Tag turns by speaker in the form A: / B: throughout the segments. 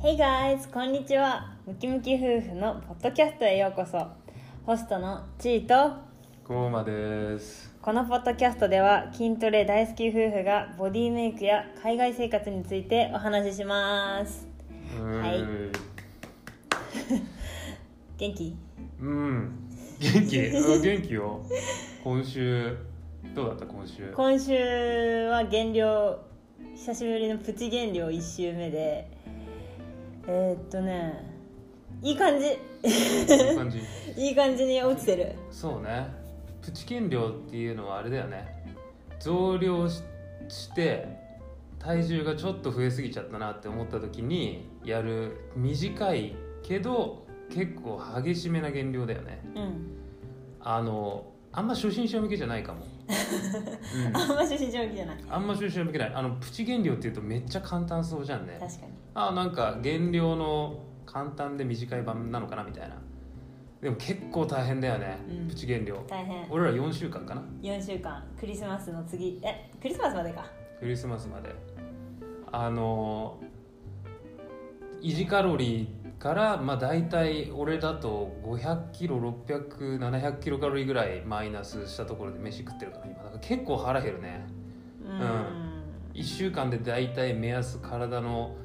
A: Hey guys! こんにちはムキムキ夫婦のポッドキャストへようこそホストのちーと
B: ゴーマです
A: このポッドキャストでは筋トレ大好き夫婦がボディメイクや海外生活についてお話しします
B: は
A: いう元気
B: うん元気うん元気よ今週どうだった今週
A: 今週は減量久しぶりのプチ減量1週目でえー、っとねいい感じ
B: こんな感じ
A: いい感じに落ちてる
B: そうねプチ減量っていうのはあれだよね増量しして体重がちょっと増えすぎちゃったなって思った時にやる短いけど結構激しめな減量だよね
A: うん
B: あのあんま初心者向けじゃないかも、うん
A: あんま初心者向きじゃない
B: あんま収集向けないあのプチ減量っていうとめっちゃ簡単そうじゃんね
A: 確かに
B: あなんか減量の簡単で短い版なのかなみたいなでも結構大変だよね、
A: うん
B: プチ減量
A: 大変
B: 俺ら4週間かな
A: 4週間クリスマスの次えクリスマスまでか
B: クリスマスまであの維持カロリーからまあ大体俺だと500キロ600700キロカロリーぐらいマイナスしたところで飯食ってるから今だから結構腹減るね
A: う
B: うん1週間で大体目安体の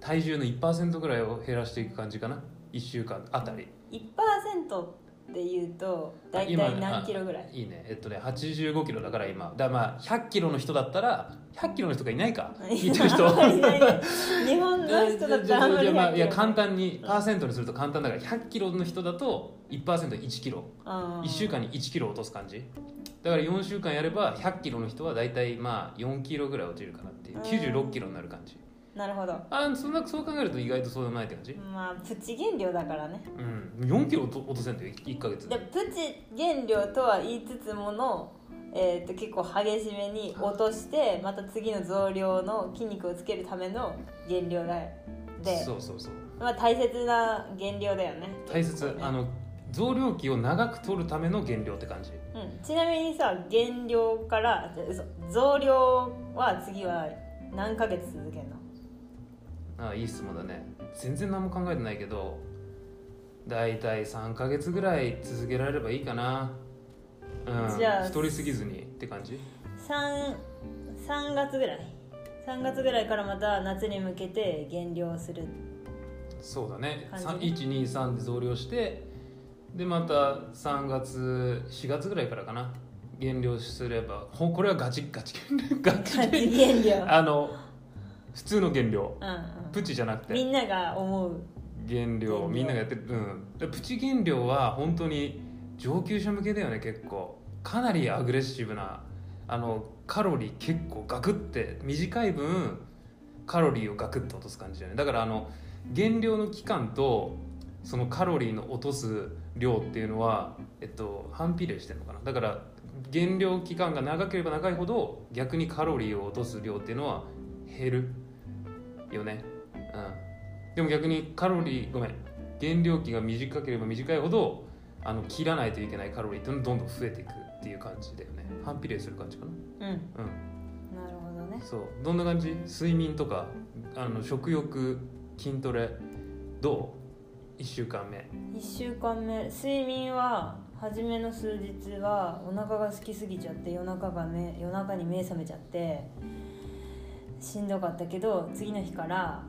B: 体重の1%ぐらいを減らしていく感じかな1週間あたり
A: 1%っていうと大体何キロぐらい
B: いいねえっとね85キロだから今だからまあ100キロの人だったら100キロの人がいな いか聞いてる人
A: いないね日本の人だったらあんまり
B: じゃあまあいや簡
A: 100
B: 単にパーセントにすると簡単だから100キロの人だと 1%1 キロ1週間に1キロ落とす感じだから4週間やれば100キロの人は大体まあ4キロぐらい落ちるかなっていう96キロになる感じ
A: なるほど
B: あそんなそう考えると意外とそうでもないって感じ
A: まあプチ減量だからね
B: うん4キロ落と落とせんだよ1か月
A: でプチ減量とは言いつつもの、えー、と結構激しめに落としてまた次の増量の筋肉をつけるための減量だよで、
B: そうそうそう
A: まあ、大切な減量だよね
B: 大切あの増量期を長く取るための減量って感じ
A: うん、ちなみにさ減量からじゃ嘘増量は次は何ヶ月続けるの
B: ああいい質問だね全然何も考えてないけど大体3か月ぐらい続けられればいいかなうん
A: じゃあ
B: 太りすぎずにって感じ
A: 3, 3月ぐらい3月ぐらいからまた夏に向けて減量する
B: そうだね
A: 感じね
B: 123で増量してでまた3月4月ぐらいからかな減量すればほんこれはガチガチ減量ガチ
A: ガ
B: 減量
A: チ減量
B: あの普通の減量
A: うんうん
B: プチじゃなく
A: み
B: て
A: んなが思う減
B: 減
A: 量
B: 量みんながやってるうんでプチ減量は本当に上級者向けだよね結構かなりアグレッシブなあのカロリー結構ガクって短い分カロリーをガクッと落とす感じだよねだからあの減量の期間とそのカロリーの落とす量っていうのは、えっと、反比例してるのかなだから減量期間が長ければ長いほど逆にカロリーを落とす量っていうのは減るよねうんでも逆にカロリーごめん減量期が短ければ短いほどあの切らないといけないカロリーっていうのがどんどん増えていくっていう感じだよね反比例する感じかな
A: うんなる
B: うん
A: ほどね
B: そうどんな感じ睡眠とかあの食欲筋トレどう1週間目
A: 1週間目睡眠は初めの数日はお腹が空きすぎちゃって夜中が目夜中に目覚めちゃってしんどかったけど次の日から、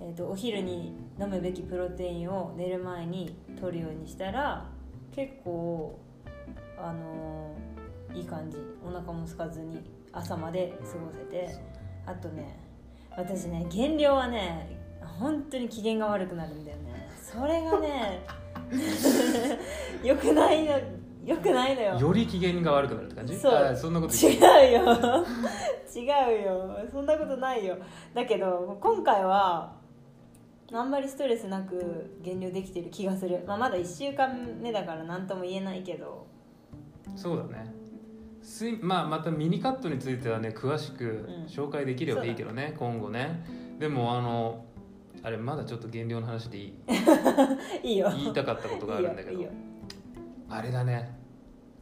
A: えー、とお昼に飲むべきプロテインを寝る前に取るようにしたら結構あのーいい感じお腹も空かずに朝まで過ごせてあとね私ね減量はね本当に機嫌が悪くなるんだよねそれがね よくないのよくないのよ
B: より機嫌が悪くなるって感じ
A: そう
B: あーそんなこと言
A: 違
B: って
A: うよ違うよそんなことないよだけど今回はあんまりストレスなく減量できてる気がする、まあ、まだ1週間目だから何とも言えないけど
B: そうだね睡まあ、またミニカットについてはね詳しく
A: うん
B: 紹介できればいいけどね、今後ねでもあのあれまだちょっと減量の話でいい
A: いいよ
B: 言いたかったことがあるんだけど
A: いいよいいよ
B: あれだね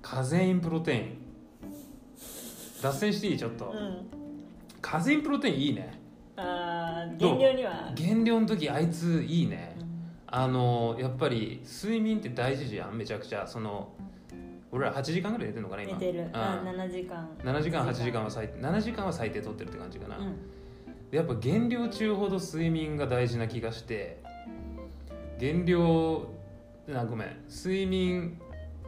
B: カゼインプロテイン脱線していいちょっと、
A: うん
B: カゼインプロテインいいね
A: ああー減量には
B: 減量の時あいついいね
A: うん
B: あのやっぱり睡眠って大事じゃんめちゃくちゃその俺ら8時間ぐらい寝てるのかな今
A: 寝てる
B: うん
A: あ7時間
B: 7時間8時間は最7時間は最低取ってるって感じかな、
A: うん
B: やっぱ減量中ほど睡眠が大事な気がして減量あごめん睡眠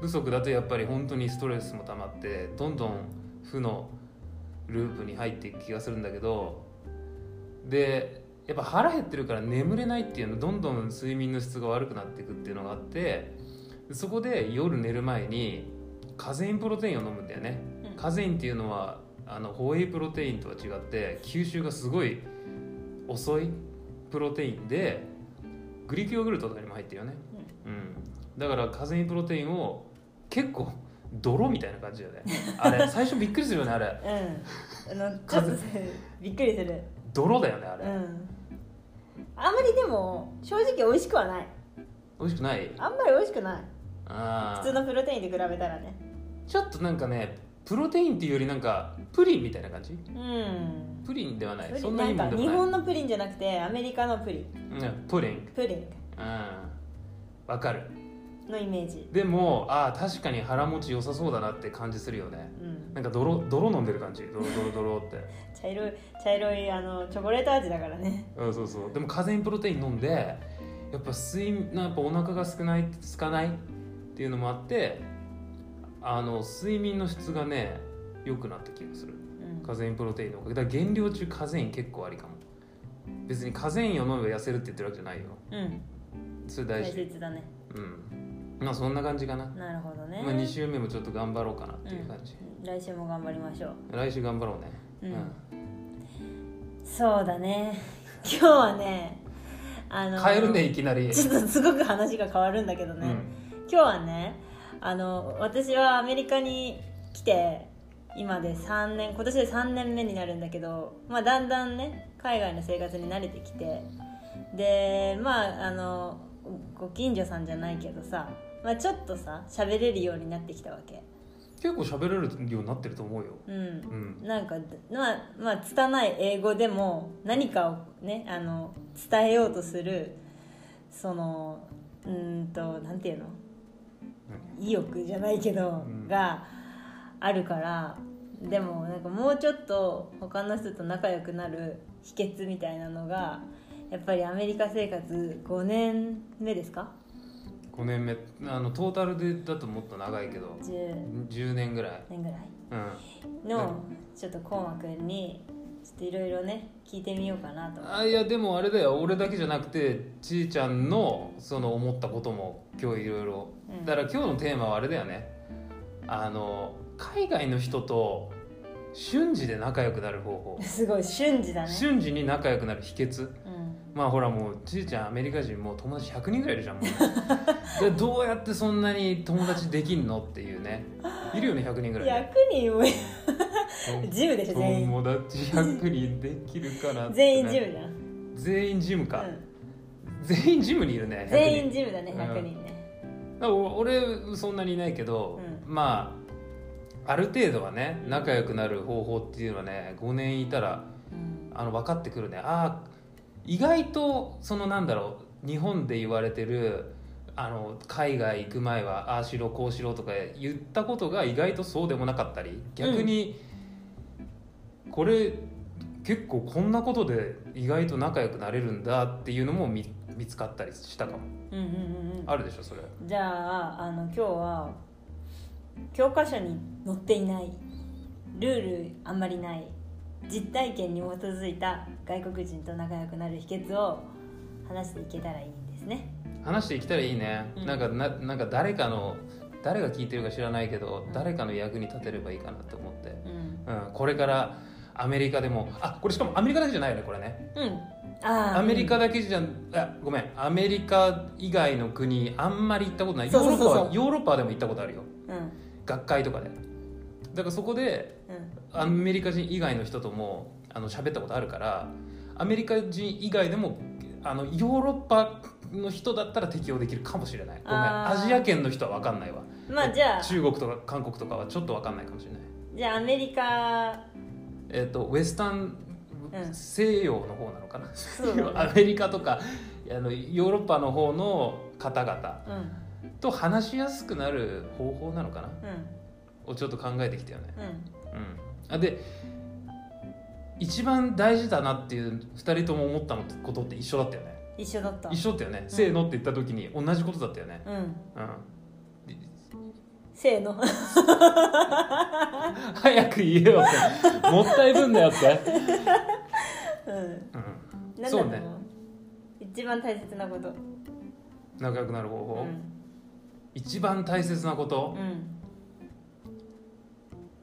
B: 不足だとやっぱり本当にストレスも溜まってどんどん負のループに入っていく気がするんだけどでやっぱ腹減ってるから眠れないっていうのどんどん睡眠の質が悪くなっていくっていうのがあってそこで夜寝る前にカゼインプロテインを飲むんだよね
A: うん
B: カゼインっていうのはあのホエイプロテインとは違って吸収がすごい遅いプロテインでグリークヨーグルトとかにも入ってるよね、うん、だからカゼインプロテインを結構泥みたいな感じだよね あれ最初びっくりするよねあれ
A: うんあのちょっとびっくりする
B: 泥だよねあ
A: う
B: れ、
A: んあんまりでも正直美味しくはない
B: 美味しくない
A: あんまり美味しくない
B: あ
A: 普通
B: ー
A: のプロテインと比べたらね
B: ちょっとなんかねプロテインっていうよりなんかプリンみたいな感じ
A: うん
B: プリンではない
A: プリン
B: そんなにいいも
A: なんん
B: で
A: か
B: も
A: 日
B: ない
A: 本のプリンじゃなくてアメリカのプリン
B: うんプリン
A: プリ
B: うんわかる
A: ンのイメージ
B: でもああ確かに腹持ち良さそうだなって感じするよね
A: うん
B: なんか泥泥飲んでる感じ泥泥泥って
A: 茶色い茶色いあのチョコレート味だからね
B: うんそうそうでもカゼインプロテイン飲んでやっぱ睡眠やっぱお腹が少ないつかないっていうのもあってあの睡眠の質がね良くなった気がする
A: うん
B: カゼインプロテインのおかげだから減量中カゼイン結構ありかも別にカゼインを飲めば痩せるって言ってるわけじゃないよ
A: うん
B: それ大
A: 大
B: 事
A: 切だね
B: うんまあそんな感じかな、
A: なるほどね
B: まあ、2週目もちょっと頑張ろうかなっていう感じ、
A: うん来週も頑張りましょう
B: 来週頑張ろうね
A: うん
B: うん
A: そうだね 今日はねあの
B: 変えるねいきなり、
A: ちょっとすごく話が変わるんだけど
B: う
A: ね、
B: ん、
A: 今日はねあの私はアメリカに来て今で3年今年で3年目になるんだけど、まあ、だんだんね海外の生活に慣れてきてでまああのご近所さんじゃないけどさ、まあ、ちょっとさ喋れるようになってきたわけ
B: 結構喋れるようになってると思うよ
A: うん
B: うん
A: なんかまあまあ拙い英語でも何かをねあの伝えようとするそのうーんとなんていうの意欲じゃないけど、
B: うん
A: があるからでもなんかもうちょっと他の人と仲良くなる秘訣みたいなのがやっぱりアメリカ生活5年目ですか
B: 5年目あのトータルでだともっと長いけど
A: 10
B: 10年ぐらい、
A: 年ぐらい
B: うん、
A: のちょっとコウマくんにちょっといろいろね聞いてみようかなと
B: あいやでもあれだよ俺だけじゃなくてちいちゃんのその思ったことも今日いろいろ
A: うん
B: だから今日のテーマはあれだよねあの海外の人と瞬時で仲良くなる方法、
A: すごい瞬時だね、
B: 瞬時に仲良くなる秘訣
A: うん、
B: まあほらもうちいちゃんアメリカ人もう友達100人ぐらいいるじゃんも うでどうやってそんなに友達できんのっていうねいるよね100人ぐらいね
A: 100人もジムでしょ全員
B: 友達100人できるかなってね
A: 全員ジムじゃん、
B: 全員ジムか、
A: うん、
B: 全員ジムにいるね100人
A: 全員ジムだね
B: うん
A: 100人ね
B: だからお俺そんなにいないけど、
A: う
B: まあある程度はね仲良くなる方法っていうのはね5年いたら
A: うん
B: あの分かってくるねあー意外とそのなんだろう日本で言われてるあの海外行く前はああしろこうしろとか言ったことが意外とそうでもなかったり逆に、これ結構こんなことで意外と仲良くなれるんだっていうのも見見つかったりしたかも
A: うんうんうん
B: あるでしょそれ
A: じゃああの今日は教科書に載っていないルールあんまりない実体験に基づいた外国人と仲良くなる秘訣を話していけたらいいんですね
B: 話していきたらいいね、
A: うん
B: なんかななんか誰かの誰が聞いてるか知らないけど、
A: うん
B: 誰かの役に立てればいいかなと思って
A: うん、
B: うん、これからアメリカでもあこれしかもアメリカだけじゃないよねこれね
A: うん、ああ
B: アメリカだけじゃあごめんアメリカ以外の国あんまり行ったことない
A: そうそうそうそう
B: ヨーロッパはヨーロッパでも行ったことあるよ
A: うんうん
B: 学会とかでだからそこでアメリカ人以外の人ともあの喋ったことあるからアメリカ人以外でもあのヨーロッパの人だったら適用できるかもしれないごめん
A: あー
B: アジア圏の人は分かんないわ
A: まあじゃあ
B: 中国とか韓国とかはちょっと分かんないかもしれない
A: じゃあアメリカ
B: えっ、とウェスタン
A: うん
B: 西洋の方なのかな、
A: そうだね
B: アメリカとかあのヨーロッパの方の方々
A: うん
B: と話しやすくなる方法なのかな
A: うん
B: をちょっと考えてきたよね。
A: うん
B: うん、あで一番大事だなっていう2人とも思ったのことって一緒だったよね
A: 一緒だった
B: 一緒だったよね「せーの」って言った時に同じことだったよね
A: うん
B: うん
A: せーの
B: 早く言え よってもったいぶんだよって、
A: うん
B: うん、
A: 何だと
B: そう
A: 思う
B: ね
A: 一番大切なこと
B: 仲良くなる方
A: う
B: 法、
A: ん
B: 一番大切なこと、
A: うん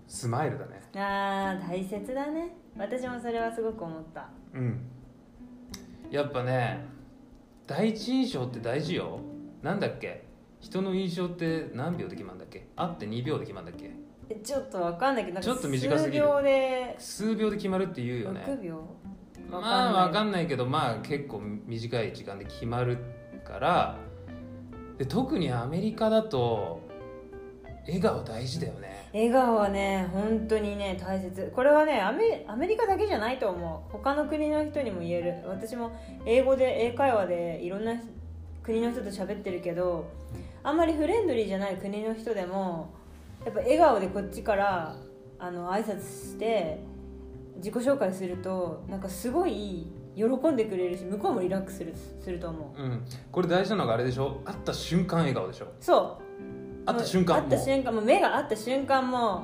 B: スマイルだね
A: あー大切だね私もそれはすごく思った
B: うんやっぱね第一印象って大事よなんだっけ人の印象って何秒で決まるんだっけあって2秒で決まるんだっけ
A: えちょっとわかんないけどなんか
B: ちょっと短すぎる
A: 数秒で
B: 数秒で決まるって言うよね
A: 6秒わかん
B: まあ
A: ない
B: わかんないけどまあ結構短い時間で決まるからで特にアメリカだと笑顔大事だよね
A: 笑顔はね本当にね大切これはねアメアメリカだけじゃないと思う他の国の人にも言える私も英語で英会話でいろんな国の人と喋ってるけどあんまりフレンドリーじゃない国の人でもやっぱ笑顔でこっちからあの挨拶して自己紹介するとなんかすごい喜んでくれるし向こうもリラックスするすると思う
B: うんこれ大事なのがあれでしょ会った瞬間笑顔でしょ
A: そう
B: 会った瞬間
A: もう会った
B: もう
A: 瞬間もう目が合った瞬間も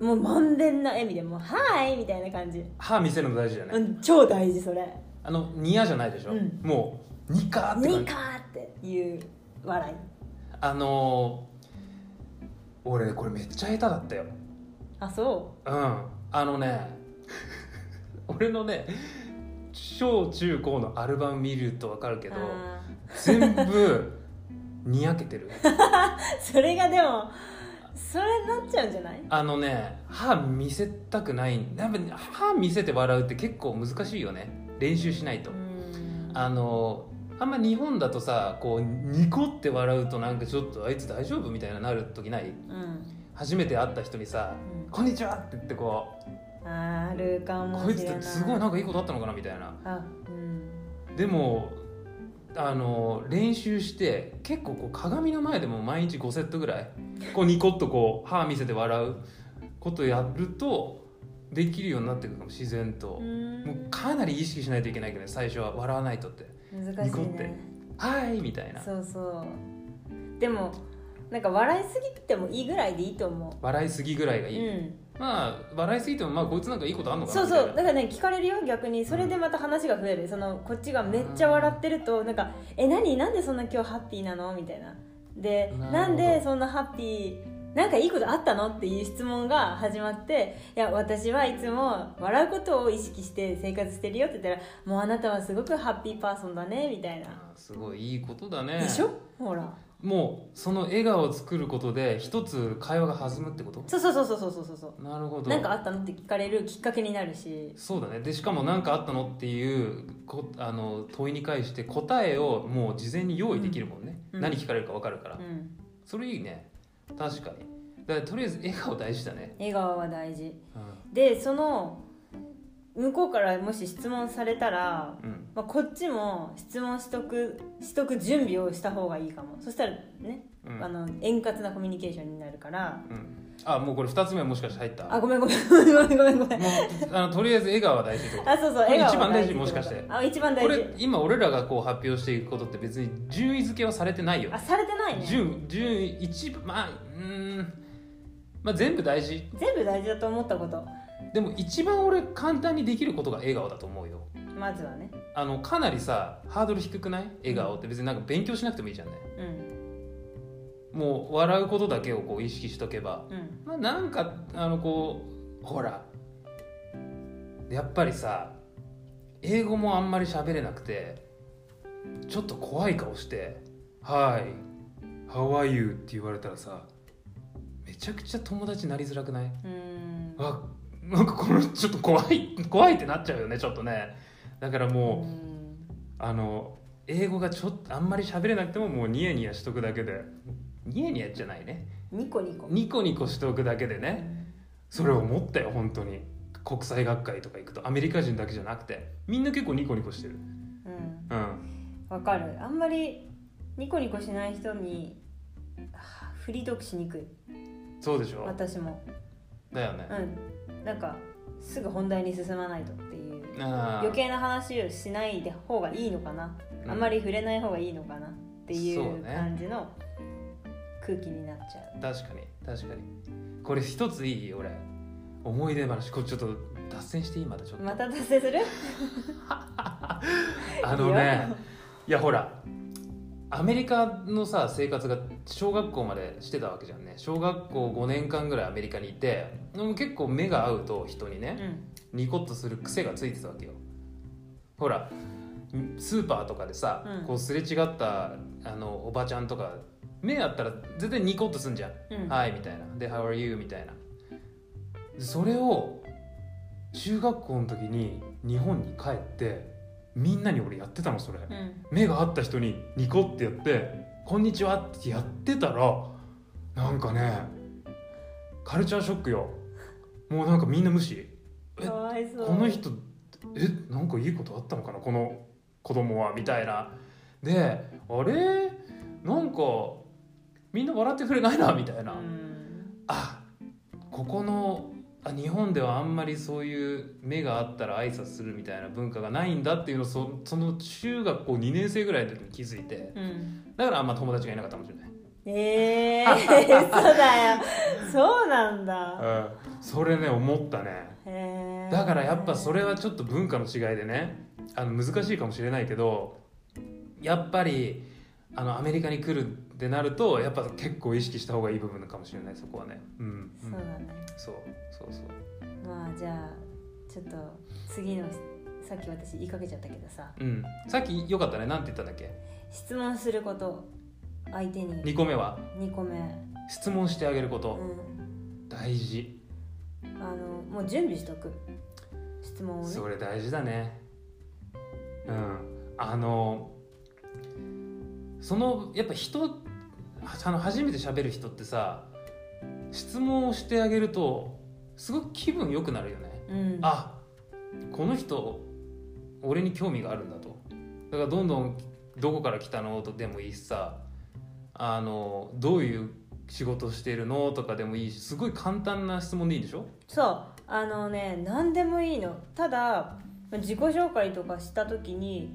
A: うもう満遍な笑みでもう「はーい」みたいな感じ、
B: 歯見せるの大事だよね、
A: うん、超大事それ
B: あのニヤじゃないでしょ、
A: うん
B: もうニカー
A: 「
B: って感
A: ニ
B: じ
A: カー」っていう笑い
B: あのー、俺これめっちゃ下手だったよ
A: あそ
B: うんあのね 俺のね小中高のアルバム見ると分かる
A: う
B: けど
A: あ
B: 全部にやけてる
A: ーそれがでもそれになっちゃうんじゃない
B: あのね歯見せたくないやっぱ歯見せて笑うって結構難しいよね練習しないと
A: うん
B: あのあんま日本だとさこうニコって笑うとなんかちょっとあいつ大丈夫みたいななる時ない
A: うん、
B: 初めて会った人にさ
A: う
B: 「こんにちは!」って言ってこ
A: ん、あるか
B: う
A: も
B: こい
A: し
B: つ
A: れ
B: っ
A: ない
B: てすごいなんかいいことあったのかなみたいな
A: あうん
B: でもあの練習して結構こう鏡の前でも毎日5セットぐらいこうニコッとこう歯見せて笑うことやるとできるようになってくるかも自然と
A: う。ん
B: もうかなり意識しないといけないけどね最初は笑わないとって
A: 難
B: ニ
A: し
B: コ
A: い
B: って
A: ね
B: 「はい」みたいな
A: そうそうでもなんか笑いすぎてもいいぐらいでいいと思
B: 笑いすぎぐらいが
A: う
B: いい、
A: うん
B: まあ笑いすぎてもまあこいつなんかいいことあんのかな
A: そう
B: み
A: そ
B: た
A: うだ
B: いな
A: からね聞かれるよ逆にそれでまた話が増えるそのこっちがめっちゃ笑ってるとなんか「え何なんでそんな今日ハッピーなの?」みたいなで「
B: なるほど
A: なんでそんなハッピーなんかいいことあったの?」っていう質問が始まって「いや私はいつも笑うことを意識して生活してるよ」って言ったら「もうあなたはすごくハッピーパーソンだね」みたいな、
B: あーすごいいいことだね
A: でしょほら
B: もうその笑顔を作ることで一つ会話が弾むってこと
A: そうそうそうそうそうそうそうそう
B: なるほど
A: なんかあったのって聞かれるきっかけになるし
B: そうだねでしかも何かあったのっていうこあの問いに対して答えをもう事前に用意できるもんね、
A: うん
B: 何聞かれるか分かるから、
A: うん
B: それいいね確かにだからとりあえず笑顔大事だね、
A: 笑顔は大事
B: う
A: でその向こうからもし質問されたら、
B: んうん、
A: まあ、こっちも質問しとくしとく準備をした方がいいかもそしたらね、
B: うん
A: あの円滑なコミュニケーションになるから
B: うんあもうこれ2つ目もしかして入った
A: あごめんごめんごめんごめんごめん
B: もうあのとりあえず笑顔は 大事ってこと
A: あそうそう
B: こ
A: 笑
B: れ
A: 顔
B: 一番大事
A: ってこと
B: もしかして
A: あ一番大
B: こ
A: 事
B: れ今俺らがこう発表していくことって別に順位付けはされてないよ
A: あ
B: ね
A: されてないね
B: 順順位一番まあうーんまあ全部大事
A: 全部大事だと思ったこと
B: でも一番俺簡単にできることが笑顔だと思うよ
A: まずはね
B: あのかなりさハードル低くない笑顔って別になんか勉強しなくてもいいじゃんね
A: うん
B: もう笑うことだけをこう意識しとけば
A: うん
B: まあなんかあのこうほらやっぱりさ英語もあんまり喋れなくてちょっと怖い顔して「はい、How are you?」って言われたらさめちゃくちゃ友達になりづらくないう
A: ーん
B: あなんかこのちょっと怖い怖いってなっちゃうよねちょっとねだからもう、
A: うん
B: あの英語がちょっとあんまり喋れなくてももうニヤニヤしとくだけでニヤニヤじゃないね
A: ニコニコ
B: ニコニコしとくだけでねそれを思ったよ本当に国際学会とか行くとアメリカ人だけじゃなくてみんな結構ニコニコしてる
A: うん
B: うん
A: わかるあんまりニコニコしない人にはあフリートークしにくい
B: そうでしょ
A: 私も
B: だよね、
A: うんなんかすぐ本題に進まないとっていう
B: あー
A: 余計な話をしないで方がいいのかな、
B: うん
A: あんまり触れない方がいいのかなってい
B: そう
A: う
B: ね
A: 感じの空気になっちゃう
B: 確かに確かにこれ一ついい俺思い出話これちょっと脱線していいまたちょっと、
A: また達成する
B: あのねいやほらアメリカのさ生活が小学校までしてたわけじゃんね小学校5年間ぐらいアメリカにいてでも結構目が合うと人に
A: いいよ
B: ね、ニコッとする癖がついてたわけよほらスーパーとかでさ、
A: うん
B: こうすれ違ったあのおばちゃんとか目あったら絶対ニコッとすんじゃん
A: うんうん
B: はいみたいなで「How are you?」みたいなそれを中学校の時に日本に帰ってみんなに俺やってたのそれ、
A: うん
B: 目が合った人にニコってやって「こんにちは」ってやってたらなんかねカルチャーショックよもうなんかみんな無視え
A: かわいそう
B: この人えなんかいいことあったのかなこの子供はみたいなであれなんかみんな笑ってくれないなみたいな、
A: うん
B: あここのあ日本ではあんまりそういう目があったら挨拶するみたいな文化がないんだっていうのをそその中学校2年生ぐらいの時に気づいて
A: うん
B: だからあんま友達がいなかったかもしれない、
A: えー、 そうだよそうなんだ
B: うん、それね思ったね
A: へえ
B: だからやっぱそれはちょっと文化の違いでねあの難しいかもしれないけどやっぱりあのアメリカに来るってなるとやっぱ結構意識した方がいい部分かもしれないそこはねうん、う
A: そうんだね
B: そうそうそう
A: まあじゃあちょっと次のさっき私言いかけちゃったけどさ
B: うんさっきよかったねなんて言ったんだっけ
A: 質問すること相手に
B: 2個目は
A: 2個目
B: 質問してあげるこ
A: う
B: と、
A: ん
B: 大事
A: あのもう準備しとく質問をね
B: それ大事だねうんあのそのやっぱ人あの初めて喋る人ってさ質問をしてあげるとすごく気分良くなるよね、
A: うん
B: あこの人俺に興味があるんだとだからどんどん「どこから来たの?」とでもいいしさあの「どういう仕事してるの?」とかでもいいしすごい簡単な質問でいいでしょ
A: そうあのね何でもいいのただ自己紹介とかした時に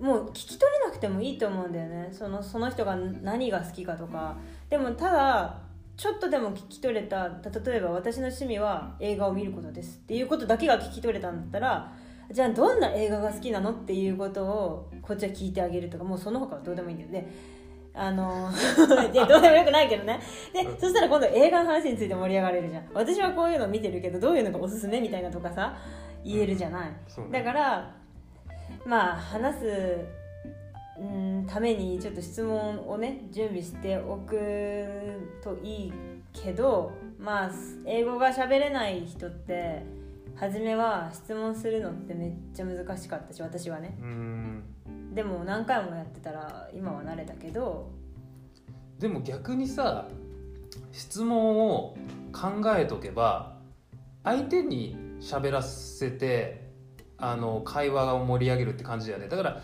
A: もう聞き取れなくてもいいと思うんだよねそのその人が何が好きかとかでもただちょっとでも聞き取れた例えば私の趣味は映画を見ることですっていうことだけが聞き取れたんだったらじゃあどんな映画が好きなのっていうことをこっちは聞いてあげるとかもうその他はどうでもいいんだよねあのいやどうでもよくないけどねで
B: うん
A: そしたら今度映画の話について盛り上がれるじゃん私はこういうの見てるけどどういうのがおすすめみたいなとかさ言えるじゃない、
B: そうね
A: だからまあ話すうんためにちょっと質問をね準備しておくといいけどまあ英語が喋れない人って初めは質問するのってめっちゃ難しかったし私はね
B: うーん
A: でも何回もやってたら今は慣れたけど
B: でも逆にさ質問を考えとけば相手に喋らせてあの会話を盛り上げるって感じだよねだから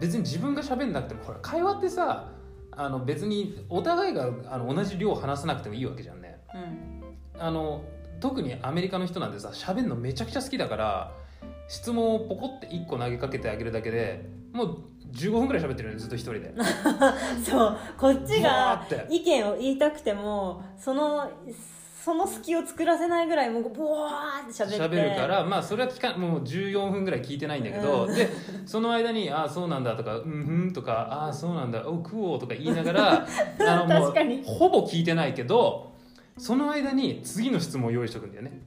B: 別に自分が喋んなくてもほら会話ってさあの別にお互いがあの同じ量話さなくてもいいわけじゃんね
A: うん
B: あの特にアメリカの人なんてさ喋るのめちゃくちゃ好きだから質問をポコって1個投げかけてあげるだけでもう15分ぐらい喋ってるよねずっと一人で。
A: そうこっち
B: わー
A: が
B: って
A: 意見を言いたくてもそのその隙を作らせないぐらいもうボワーって喋って
B: 喋るからまあそれは聞かもう14分ぐらい聞いてないんだけど、
A: うん
B: でその間に「ああそうなんだ」とか「うんふん」とか「ああそうなんだおクオ」とか言いな がらあのもう
A: 確かに
B: ほぼ聞いてないけどその間に次の質問を用意しとくんだよね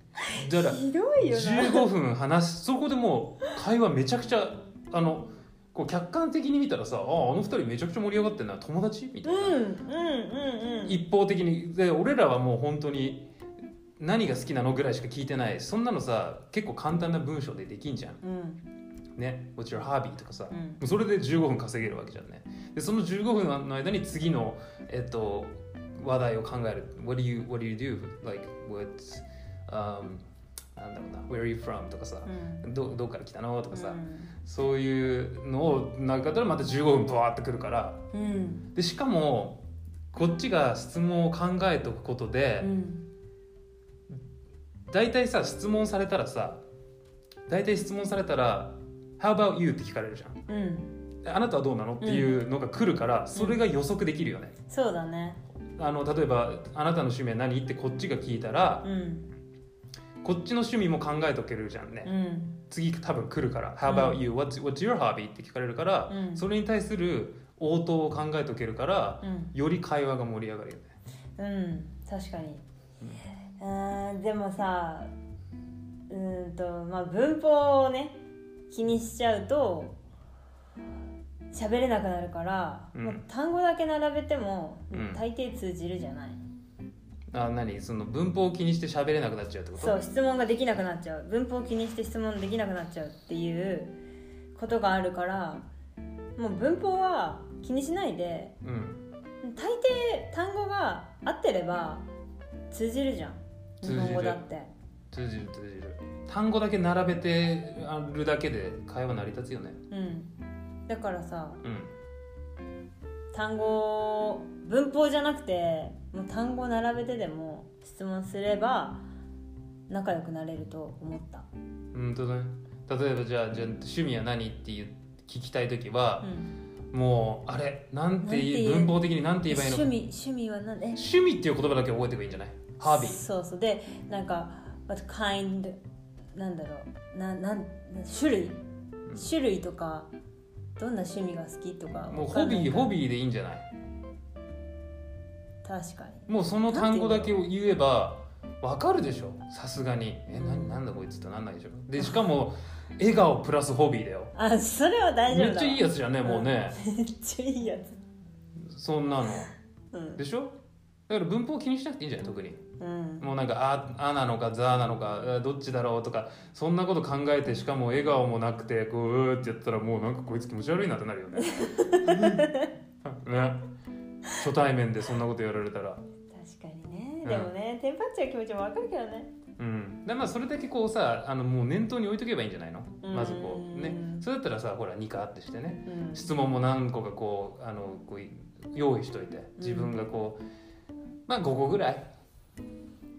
B: だから
A: ひどいよな
B: 15分話しそこでもう会話めちゃくちゃあのこう客観的に見たらさ「あああの二人めちゃくちゃ盛り上がってんな友達?」みた
A: う
B: い
A: ん
B: な。
A: うんうんうん
B: 一方的にで俺らはもう本当に何が好きなのぐらいしか聞いてないそんなのさ結構簡単な文章でできんじゃん
A: うん
B: ね「What's your hobby?」とかさ、
A: うん
B: もうそれで15分稼げるわけじゃんねでその15分の間に次のえっと話題を考える「What do you, what do, you do? like what、um, なんだろうな「Where are you from?」とかさ
A: うん
B: 「どどっから来たの?」とかさ、
A: う
B: そういうのを投げ方でまた15分ブワーってくるから
A: んうん
B: でしかもこっちが質問を考えておくことで、
A: うん
B: 大体さ質問されたらさ大体質問されたら「How about you?」って聞かれるじゃん
A: うん
B: であなたはどうなのっていうのが来るから、それが予測できるよね、
A: そうだね
B: あの例えば「あなたの趣味は何?」ってこっちが聞いたら、
A: うん
B: こっちの趣味も考えておけるじゃんね、
A: うん
B: 次多分来るから「How about you?、what's, what's your hobby?」って聞かれるから、
A: うん
B: それに対する応答を考えておけるから
A: うん
B: より会話が盛り上がるよね
A: うん確かにうーんでもさうーんとまあ文法をね気にしちゃうと喋れなくなるから、
B: うん
A: もう単語だけ並べても
B: うん
A: 大抵通じるじゃない、
B: あ何その文法を気にして喋れなくなっちゃうってこと
A: そう質問ができなくなっちゃう文法を気にして質問できなくなっちゃうっていうことがあるからもう文法は気にしないで
B: うん
A: 大抵単語が合ってれば通じるじゃん
B: 通じ
A: 日
B: る
A: 本語だって
B: 通じる通じる単語だけ並べてあるだけで会話成り立つよね
A: うんだからさ
B: うん
A: 単語文法じゃなくてもう単語並べてでも質問すれば仲良くなれると思った
B: うんとね例えばじゃあじゃあ趣味は何って言う聞きたい時は
A: う、ん
B: もうあれなん
A: なんて
B: て言
A: 言
B: う
A: う
B: 文法的になんて言えばいいの
A: 趣
B: か
A: 味趣味は何え
B: 趣味っていう言葉だけ覚えていけばいいんじゃないハービー
A: そうそうでなんか「what kind」なんだろうななん種類、種類とかどんな趣味が好きとか
B: もう
A: わ
B: ホ
A: かんな
B: ビ
A: い
B: ー
A: から
B: ホビーでいいんじゃない
A: 確かに
B: もうその単語だけを言えばわかるでしょさすがにえ
A: うん
B: 何なんだこいつってなんないでしょでしかも笑顔プラスホビーだよ
A: あそれは大丈夫
B: め
A: だ
B: っちゃいいやつじゃんね
A: うん
B: もうね、
A: つめっちゃいいや
B: そんなの
A: つうん
B: でしょだから文法気にしなくていいんじゃない特に
A: うん
B: もうなんか「あ」あなのか「ざ」なのかあどっちだろうとかそんなこと考えてしかも笑顔もなくてこううーってやったらもうなんかこいつ気持ち悪いなってなる よね。ね初対面でそんなことやられたら。
A: 確かにねでもね、テンパっちゃう気持ちもわかるけどね
B: うん、でまあそれだけこうさあのもう念頭に置いとけばいいんじゃないの
A: うん
B: まずこうねそれだったらさほら2カーってしてね
A: うん
B: 質問も何個かこうあのこうい用意しといて自分がこう、まあ5個ぐらい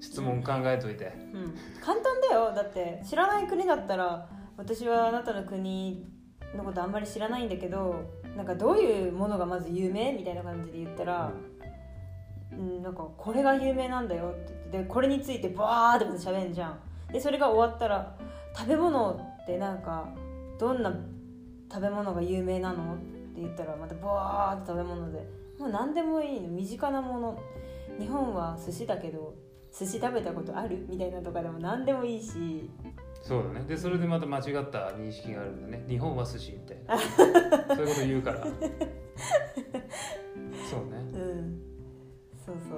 B: 質問考えといて。
A: うん簡単だよだって知らない国だったら私はあなたの国のことあんまり知らないんだけどなんかどういうものがまず有名みたいな感じで言ったら、うん、なんかこれが有名なんだよって言ってでこれについてバーってこと喋んじゃんでそれが終わったら食べ物ってなんかどんな食べ物が有名なのって言ったらまたバーって食べ物でもう何でもいいの身近なもの日本は寿司だけど寿司食べたことあるみたいなとかでも何でもいいし
B: そうだねでそれでまた間違った認識があるんだね日本は寿司みたいなそういうこと言うから
A: う
B: そうね
A: んそうそ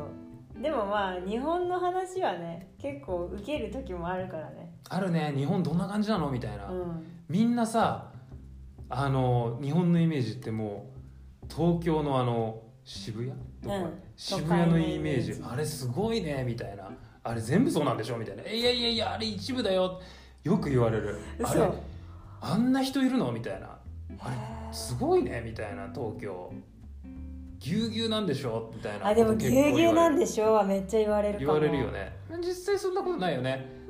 A: うでもまあ日本の話はね結構受ける時もあるからね
B: あるね日本どんな感じなのみたいな、
A: うん
B: みんなさあの日本のイメージってもう東京のあの渋谷どこ、
A: うん
B: 渋谷の
A: 都会の
B: イ
A: イ
B: メ
A: メ
B: ー
A: ー
B: ジ
A: ジ
B: あれすごいねみたいなあれ全部そうなんでしょみたいないやいやいやあれ一部だよよく言われるあれ
A: 嘘
B: あんな人いるのみたいなあれ
A: へー
B: すごいねみたいな東京ぎゅうぎゅうなんでしょみたいな
A: あでもぎ
B: 結
A: ゅう
B: 構言われる
A: ぎゅうなんでしょうはめっちゃ言われるか
B: 言
A: も
B: われるよね実際そんなことないよね、
A: うん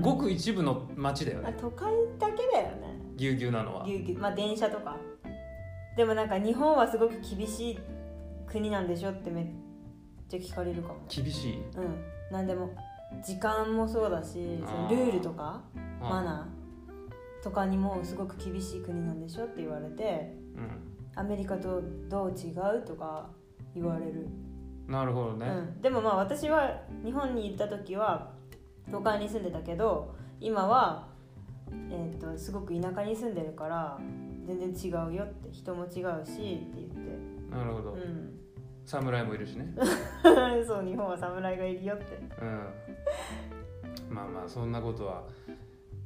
B: ごく一部の町だよ
A: あ
B: ね
A: 都会だけだよね
B: ぎゅうぎゅうなのは
A: ぎゅうぎゅうまあ電車とかでもなんか日本はすごく厳しい国なんでしょってめっちゃ聞かれるかも
B: 厳しい
A: うん何でも時間もそうだしそのルールとかマナーとかにもすごく厳しい国なんでしょって言われて
B: うん
A: アメリカとどう違うとか言われる、
B: なるほどね、
A: うん、でもまあ私は日本に行った時は都会に住んでたけど今は、えー、とすごく田舎に住んでるから全然違うよって人も違うしって言って
B: なるほど、
A: う
B: 侍もいるしね、
A: ん そう日本は侍がいるよって
B: うん、まあまあそんなことは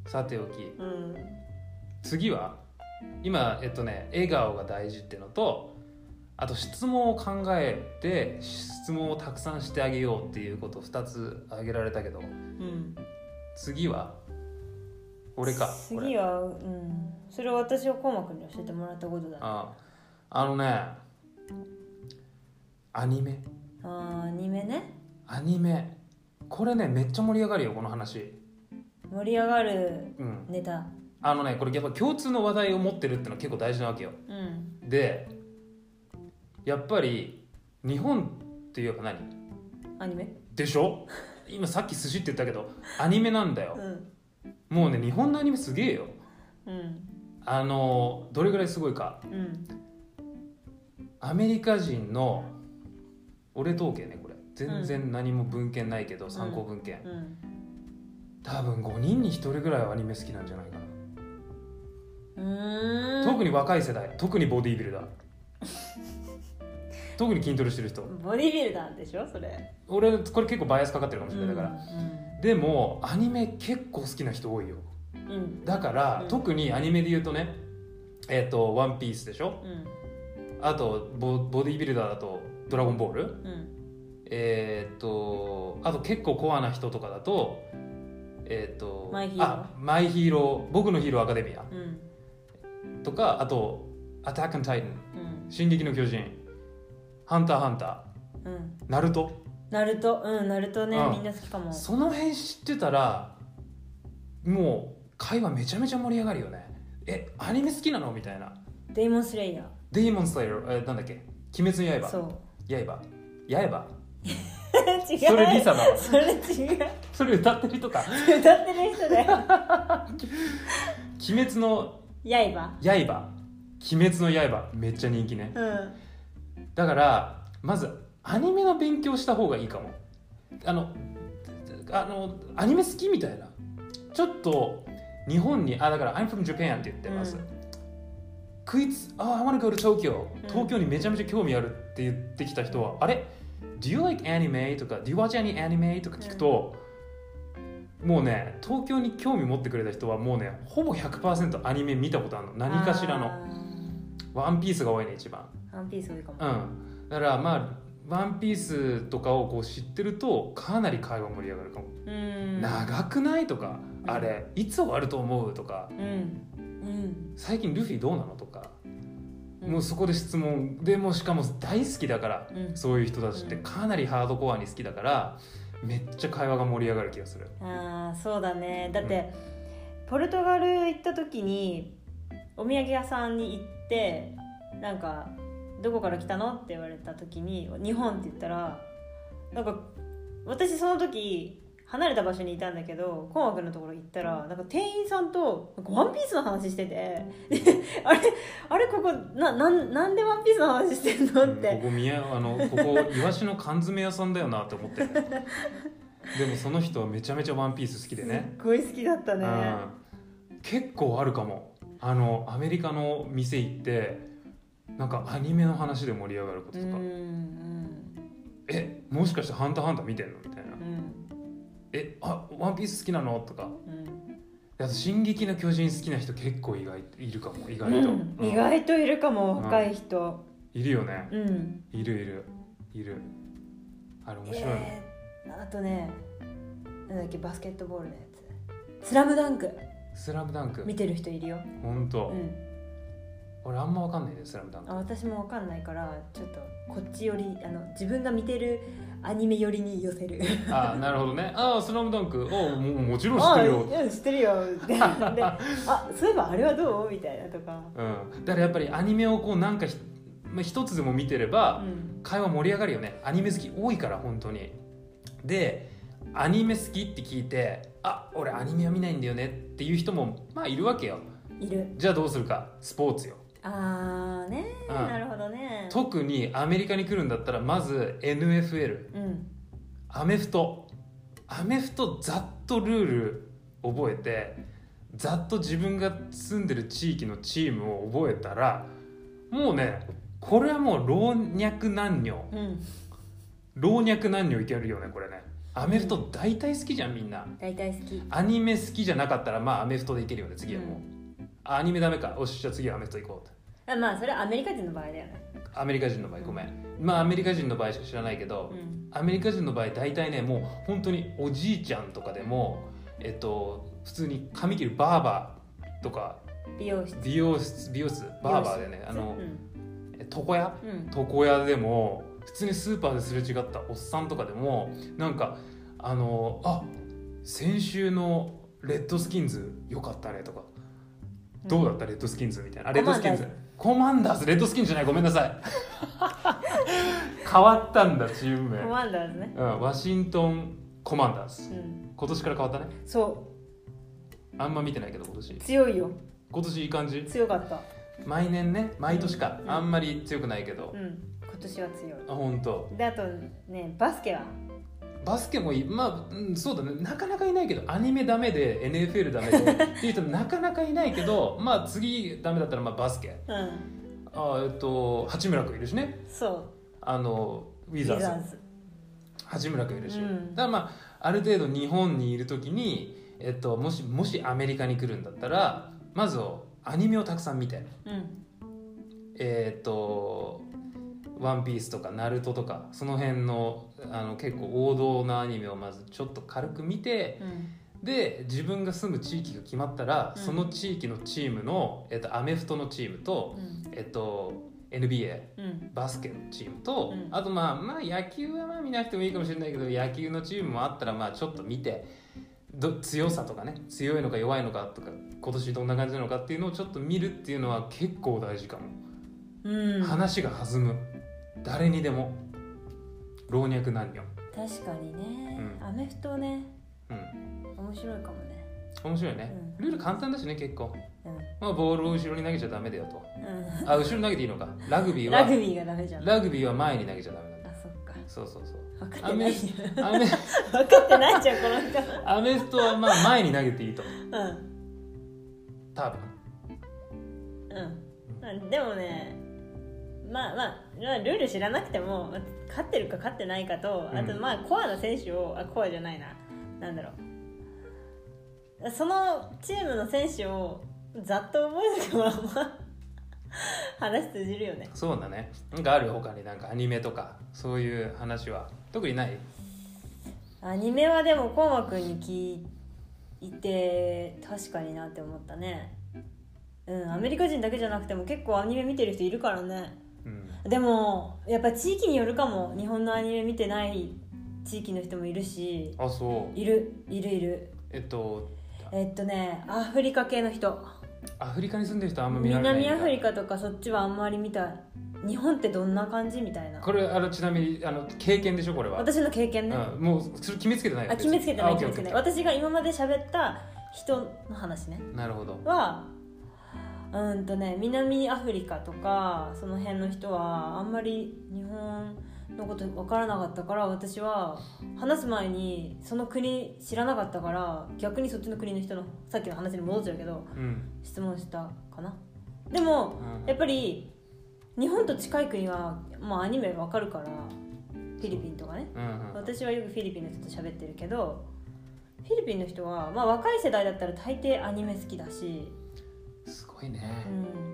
B: さておき
A: うん
B: 次は今えっとね笑顔が大事ってのとあと質問を考えて質問をたくさんしてあげようっていうこと2つ挙げられたけど
A: うん
B: 次は俺かこれ
A: 次はうんそれを私はコウマくんに教えてもらったことだあ
B: ああのねアニメ
A: あーアニメね
B: アニメこれねめっちゃ盛り上がるよこの話
A: 盛り上がる
B: うん
A: ネタ
B: あのねこれやっぱ共通の話題を持ってるってのは結構大事なわけよ
A: うん
B: でやっぱり日本って言えば何
A: アニメ
B: でしょ今さっき寿司って言ったけどアニメなんだよ
A: うん
B: もうね日本のアニメすげえよ
A: うん
B: あのどれぐらいすごいか
A: うん
B: アメリカ人の俺統計ねこれ全然何も文献ないけど、参考文献、
A: うん
B: 多分5人に1人ぐらいはアニメ好きなんじゃないか
A: うー
B: な、
A: ん
B: 特に若い世代特にボディー ビルダー特に筋トレしてる人
A: ボディビルダーでしょそれ
B: 俺これ結構バイアスかかってるかもしれないだから、でもアニメ結構好きな人多いよ
A: うんうん
B: だから、
A: うん
B: 特にアニメで言うとねえっ、と「ワンピースでしょ
A: うん
B: あとボボディービルダーだと「ドラゴンボール」
A: うん
B: えっ、とあと結構コアな人とかだとえっ、と
A: マイヒーロー
B: あマイヒーロー僕のヒーローアカデミア
A: うん
B: とかあと「アタック・ン・タイタン」
A: うん
B: 「進撃の巨人」「ハンター×ハンタ
A: う
B: ー
A: ん」
B: 「ナルト
A: ナルトうんナルトね
B: うん
A: みんな好きか」も
B: その辺知ってたらもう会話めちゃめちゃ盛り上がるよねえアニメ好きなのみたいな
A: デイモンスレイヤ
B: デイモンスタイル、えーなんだっけ鬼滅の
A: ー
B: 刃
A: そう
B: 刃刃
A: 違う
B: それリサだ わ
A: それ違う
B: それ歌ってる人か
A: 歌ってる人だよ
B: 鬼滅の
A: 刃
B: 刃鬼滅の刃めっちゃ人気ね
A: うん
B: だからまずアニメの勉強した方がいいかもあのあのアニメ好きみたいなちょっと日本にあだから「I'm from Japan」って言ってます、
A: うん
B: クイズ「あ、I wanna go to Tokyo
A: ん」
B: 東京にめちゃめちゃ興味あるって言ってきた人は「あれ Do you like anime?」とか「Do you watch any anime?」とか聞くと、もうね東京に興味持ってくれた人はもうねほぼ100%アニメ見たことあるの何かしらの
A: あ
B: 「ワンピースが多いね一番
A: ーワンピース多いかも
B: うん、だからまあ「ワンピースとかをこう知ってるとかなり会話盛り上がるかも、
A: うん
B: 長くないとか、
A: うん
B: あれいつ終わると思うとか
A: うんうん
B: 最近ルフィどうなのとか、
A: うん
B: もうそこで質問でもうしかも大好きだから、
A: うん
B: そういう人たちって
A: うん
B: かなりハードコアに好きだからめっちゃ会話が盛り上がる気がする
A: ああそうだねだって、ポルトガル行った時にお土産屋さんに行ってなんか「どこから来たの?」って言われた時に「日本」って言ったらなんか私その時離れた場所にいたんだけどコウマくんのところ行ったらなんか店員さんと「なんかワンピースの話してて で「あれあれここななんなんでワンピースの話してんの?」っ
B: うん
A: て
B: ここ宮あのここイワシの缶詰屋さんだよなって思ってるでもその人はめちゃめちゃ「ワンピース好きでね
A: すっごい好きだったね。
B: うん、結構あるかもあのアメリカの店行ってなんかアニメの話で盛り上がること
A: う
B: と
A: ん
B: か「
A: うん
B: えもしかしてハンターハンター見てんの?」みたいな
A: うん
B: 「えあワンピース好きなの?」とか
A: うん
B: 「あと進撃の巨人好きな人結構意外いるかも意外と、
A: うん
B: うん
A: 意外といるかも、
B: うん
A: 若い人
B: いるよね
A: うん
B: いるいるいるあれ面白いね、
A: えーあとねなんだっけバスケットボールのやつ「スラムダンク
B: スラムダンク
A: 見てる人いるよ、
B: ほんと、
A: うん、
B: 俺あんまわかんないねスラムダンク
A: あ私もわかんないからちょっとこっち寄りあの自分が見てるアニメ寄りに寄せる
B: あなるほどねああスラムダンクおももちろん知っ
A: あ
B: てるよ
A: うん知ってる よでであそういえばあれはどうみたいなとか、
B: うん、だからやっぱりアニメをこうなんかひ、まあ、一つでも見てれば
A: うん
B: 会話盛り上がるよねアニメ好き多いから本当にでアニメ好きって聞いてあ俺アニメは見ないんだよねっていう人もまあいるわけよ
A: いる
B: じゃあどうするかスポーツよ、
A: あーね
B: うん
A: なるほどね
B: 特にアメリカに来るんだったらまず NFL
A: うん
B: アメフトアメフトざっとルール覚えてざっと自分が住んでる地域のチームを覚えたらもうねこれはもう老若男女
A: うん
B: 老若男女いけるよねこれねアメフト大体好きじゃんみんな
A: 大体好き
B: アニメ好きじゃなかったらまあアメフトでいけるよね次はもう、あアニメダメかおっしゃ次はアメフト行こうと
A: あまあそれはアメリカ人の場合だよね
B: アメリカ人の場合ごめんまあアメリカ人の場合しか知らないけど、
A: うん
B: アメリカ人の場合大体ねもう本当におじいちゃんとかでもえっと普通に髪切るバーバーとか
A: 美容室
B: 美容室美容室バーバーでねあの
A: うん
B: え床屋
A: うん
B: 床屋でも普通にスーパーですれ違ったおっさんとかでもなんかあのあ先週のレッドスキンズよかったねとかどうだったレッドスキンズみたいなあレッドスキンズコマンダーズレッドスキンズじゃないごめんな さい変わったんだチーム名
A: コマンダーズね
B: うん、ワシントンコマンダーズ
A: うん
B: 今年から変わったね
A: そ
B: あんま見てないけど今年
A: う強いよ
B: 今年いい感じ
A: 強かった
B: 毎年ね毎年か、
A: うん
B: あんまり強くないけど
A: う、ん今年は強い
B: あ本当。
A: であとねバスケは
B: バスケもいいまあ、うんそうだねなかなかいないけどアニメダメで NFL ダメでっていう人なかなかいないけどまあ次ダメだったらまあバスケ
A: うん
B: あえっと八村君いるしね
A: そ
B: あの
A: う
B: ウィザーズ
A: ズ
B: 八村君いるし、
A: うん
B: だからまあある程度日本にいる時に、えっと、もしもしアメリカに来るんだったらまずアニメをたくさん見て
A: うん
B: えっと「ワンピースとか「ナルトとかその辺のあの結構王道なアニメをまずちょっと軽く見て
A: うん
B: で自分が住む地域が決まったら、
A: うん
B: その地域のチームの、えっと、アメフトのチームと、えっと、NBA
A: うん
B: バスケのチームと、
A: うん
B: あとまあまあ野球はまあ見なくてもいいかもしれないけど野球のチームもあったらまあちょっと見てど強さとかね強いのか弱いのかとか今年どんな感じなのかっていうのをちょっと見るっていうのは結構大事かも、
A: うん
B: 話が弾む誰にでも老若男女
A: 確かにね、
B: うん
A: アメフトね
B: うん
A: 面白いかもね
B: 面白いね、
A: うん
B: ルール簡単だしね結構、
A: うん
B: まあ、ボールを後ろに投げちゃダメだよと
A: う
B: あ後ろに投げていいのかラグビー
A: ん
B: は
A: ラグビーがダメじゃんあ
B: ラグビーは前に投げちゃダメなんだ
A: そっか
B: そうそうそう
A: 分かってない じゃん
B: アメ
A: 分 かってないじゃんこの
B: アメフトはまあ前に投げていいと
A: 人うん
B: 多分
A: うんまあでもねまあまあ、まあ、ルール知らなくても勝ってるか勝ってないかと
B: うん
A: あとまあコアな選手をあコアじゃないななんだろうそのチームの選手をざっと覚えてもらうまあ話通じるよね
B: そうだねなんかある他になんかアニメとかそういう話は特にない
A: アニメはでもコウマくんに聞いて確かになって思ったねうんアメリカ人だけじゃなくても結構アニメ見てる人いるからね
B: うん
A: でもやっぱ地域によるかも日本のアニメ見てない地域の人もいるし
B: あそう
A: いるいるいる
B: えっと
A: えっとねアフリカ系の人
B: アフリカに住んでる人あんま見られないんだ
A: 南アフリカとかそっちはあんまり見た日本ってどんな感じみたいな
B: これあのちなみにあの経験でしょこれは、
A: 私の経験ね、
B: うん、もうそれ決めつけてないよ
A: あ決めつけてな
B: あ
A: い
B: オッ
A: 決
B: ケー
A: めつけてない
B: オッケ
A: 私が今まで喋った人の話ね
B: ーなるほど
A: はうんとね南アフリカとかその辺の人はあんまり日本のこと分からなかったから私は話す前にその国知らなかったから逆にそっちの国の人のさっきの話に戻っちゃうけど
B: うん
A: 質問したかなでもやっぱり日本と近い国は、まあ、アニメ分かるからフィリピンとかね
B: うんうん
A: 私はよくフィリピンの人と喋ってるけどフィリピンの人は、まあ、若い世代だったら大抵アニメ好きだし
B: すごいね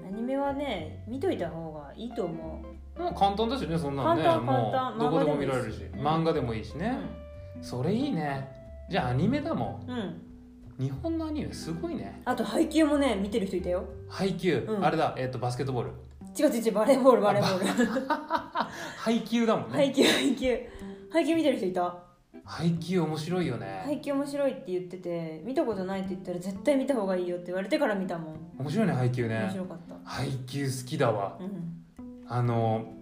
A: うん、アニメはね見といた方がいいと思う、
B: もう簡単だしねそんなのね
A: 簡単簡単
B: もうどこでも
A: 漫画でもいい
B: 見
A: し
B: られるし
A: うん
B: 漫画でもいいしね、それいいねじゃあアニメだもん
A: うんうん、
B: 日本のアニメすごいね
A: あと配給もね見てる人いたよ
B: 配給、
A: うん
B: あれだ、えっとバスケットボール
A: 違う違う違うバレーボールバレーボール
B: 配給だもん ね、
A: 配給配給配給見てる人いた
B: 配給面白いよね、
A: 配給面白いって言ってて見たことないって言ったら絶対見た方がいいよって言われてから見たもん
B: 面白いね配給
A: 面
B: ね
A: 白かった、
B: 配給好きだわ
A: うん
B: あの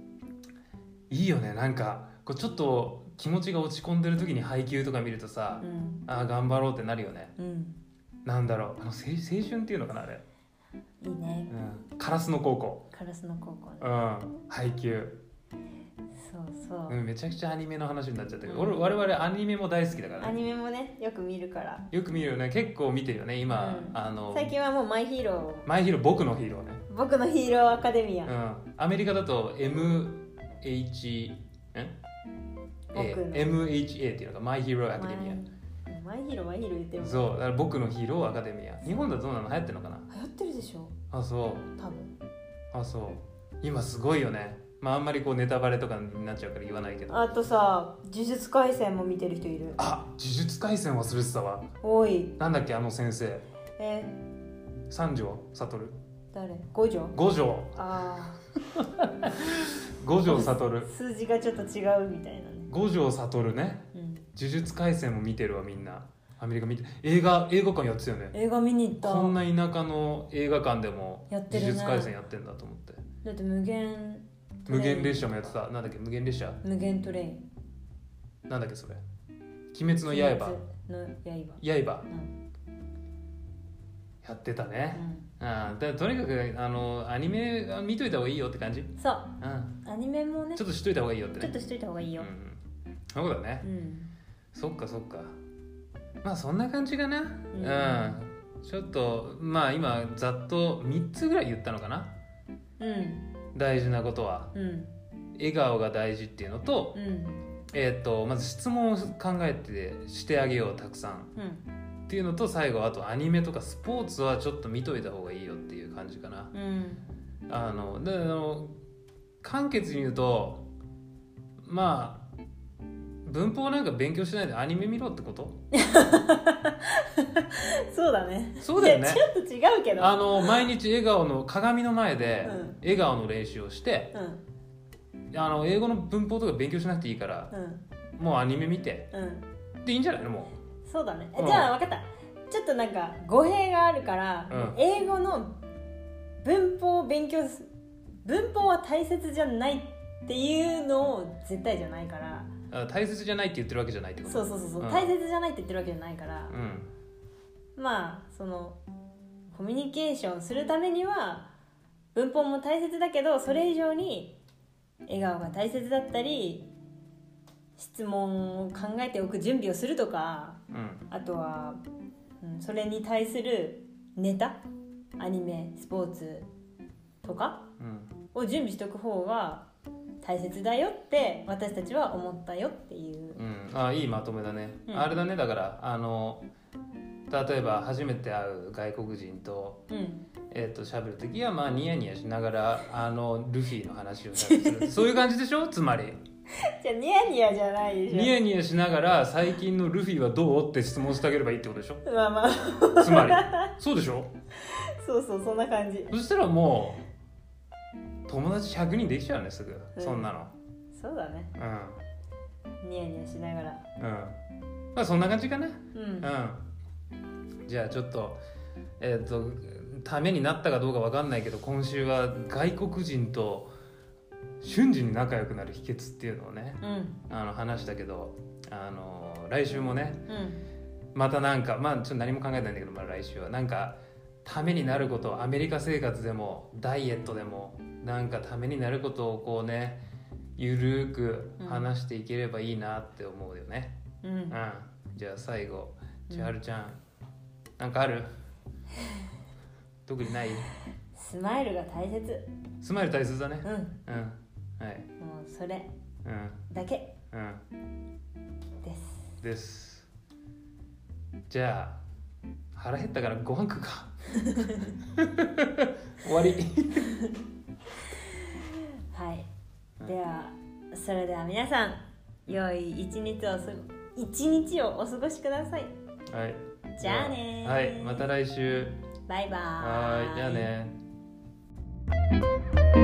B: いいよねなんかこうちょっと気持ちが落ち込んでる時に配給とか見るとさ、
A: うん
B: ああ頑張ろうってなるよね
A: うん
B: なんだろうあの青青春っていうのかなあれ、
A: いいね
B: うん、カラスの高校
A: カラスの高校ね
B: うん配給、
A: そうそう、
B: うん、めちゃくちゃアニメの話になっちゃってる、
A: うん
B: 俺我々アニメも大好きだから
A: ア
B: ね
A: ニメもねよく見るから
B: よく見るよね結構見てるよね今、
A: うん
B: あの
A: 最近はもうマイヒーロ
B: マイヒーロー僕のヒーローね
A: ー僕のヒーローアカデミア、
B: うん、アメリカだと MH ん
A: 僕の
B: A MHA っていうのがマイヒーローアカデミ
A: アマイヒーローマイヒーロー言って
B: ア
A: るもん
B: そうだから僕のヒーローアカデミア日本だとどうなの流行ってるのかな
A: 流行ってるでしょ
B: あそ
A: 多分
B: うあそう今すごいよねまああんまりこうネタバレとかになっちゃうから言わないけどあ
A: あとさ呪術廻戦も見てる人いる
B: 呪術廻戦忘れてたわ
A: 多い
B: なんだっけあの先生
A: え
B: 三条悟
A: 誰五条
B: 五条
A: あ
B: 五
A: あ
B: 条 悟
A: 数字がちょっと違うみたいなね
B: 五条悟ね
A: うん
B: 呪術廻戦も見てるわみんなアメリカ見て映画映画館やってたよね
A: 映画見に行った
B: こんな田舎の映画館でも
A: や
B: 呪
A: ってるね
B: 術廻戦やってんだと思って
A: だって無限
B: 無限列車もやってたなんだっけ無限列車
A: 無限トレイン
B: なんだっけそれ鬼滅の刃
A: の刃
B: 刃
A: うん
B: やってた
A: う
B: ね
A: ん
B: ああだとにかくあのアニメは見といた方がいいよって感じ
A: そう
B: うん
A: アニメもね
B: ち
A: ち
B: ょっとしといた方がいいよって
A: ょっ
B: ね
A: としといた方がいいよ
B: うんそうだね
A: うん
B: そっかそっかまあそんな感じかなうん、ちょっとまあ今ざっと3つぐらい言ったのかな
A: うん
B: 大事なことは
A: うん
B: 笑顔が大事っていうのと,、
A: うん
B: えー、とまず質問を考えてしてあげようたくさん
A: うん
B: っていうのと最後あとアニメとかスポーツはちょっと見といた方がいいよっていう感じかな
A: うん
B: あのであの簡潔に言うとまあ文法なんか勉強しないでアニメ見ろってこと
A: そうだね
B: そうだよね
A: いやちょっと 違うけど
B: あの毎日笑顔の鏡の前で
A: うん
B: 笑顔の練習をして
A: うん
B: あの英語の文法とか勉強しなくていいから
A: うん
B: もうアニメ見て
A: うん
B: でいいんじゃないのも
A: そうだね
B: うん
A: じゃあ分かったちょっとなんか語弊があるから、
B: うん
A: 英語の文法を勉強す文法は大切じゃないっていうのを絶対じゃないから
B: うあ大切じゃないって言ってるわけじゃないってこ
A: そ
B: と
A: うそうそうそう、
B: うん
A: 大切じゃないって言ってるわけじゃないから、
B: うん
A: まあそのコミュニケーションするためには文法も大切だけどそれ以上に笑顔が大切だったり質問を考えておく準備をするとか
B: うん
A: あとは、うん、それに対するネタアニメスポーツとか
B: うん
A: を準備しておく方が大切だよって私たちは思ったよっていう。
B: うんあいいまとめだね、
A: うん
B: あれだねだからあの例えば初めて会う外国人と
A: うん、
B: えっと喋る時はまあニヤニヤしながらあのルフィの話をしたりす るそういう感じでしょつまり
A: じゃあニヤニヤじゃないでしょ
B: ニヤニヤしながら最近のルフィはどうって質問してあげればいいってことでしょ
A: まあまあ
B: つまりそうでしょ
A: そうそうそんな感じ
B: そしたらもう友達100人できちゃうねすぐ
A: うん
B: そんなの
A: そうだね
B: うん
A: ニヤニヤしながら
B: うんまあそんな感じかな
A: うん、
B: うんじゃあちょっとえっ、とためになったかどうかわかんないけど今週は外国人と瞬時に仲良くなる秘訣っていうのをね
A: うん
B: あの話したけどあの来週もね
A: うん
B: またなんかまあちょっと何も考えてないんだけど、まあ、来週はなんかためになることアメリカ生活でもダイエットでもなんかためになることをこうねゆるーく話していければいいなって思うよね、
A: う
B: うん
A: ん
B: じゃあ最後
A: うん
B: 千春ちゃん、なんかある特にない
A: スマイルが大切
B: スマイル大切だね
A: うん
B: うんはい
A: もうそれ
B: うん
A: だけ
B: うん
A: です
B: ですじゃあ腹減ったからご飯食う か終わり
A: はい
B: うん
A: ではそれでは皆さん良い一日をす一日をお過ごしください
B: はい
A: じゃあねー
B: はいまた来週
A: バイバーイ
B: はいじゃあね
A: 「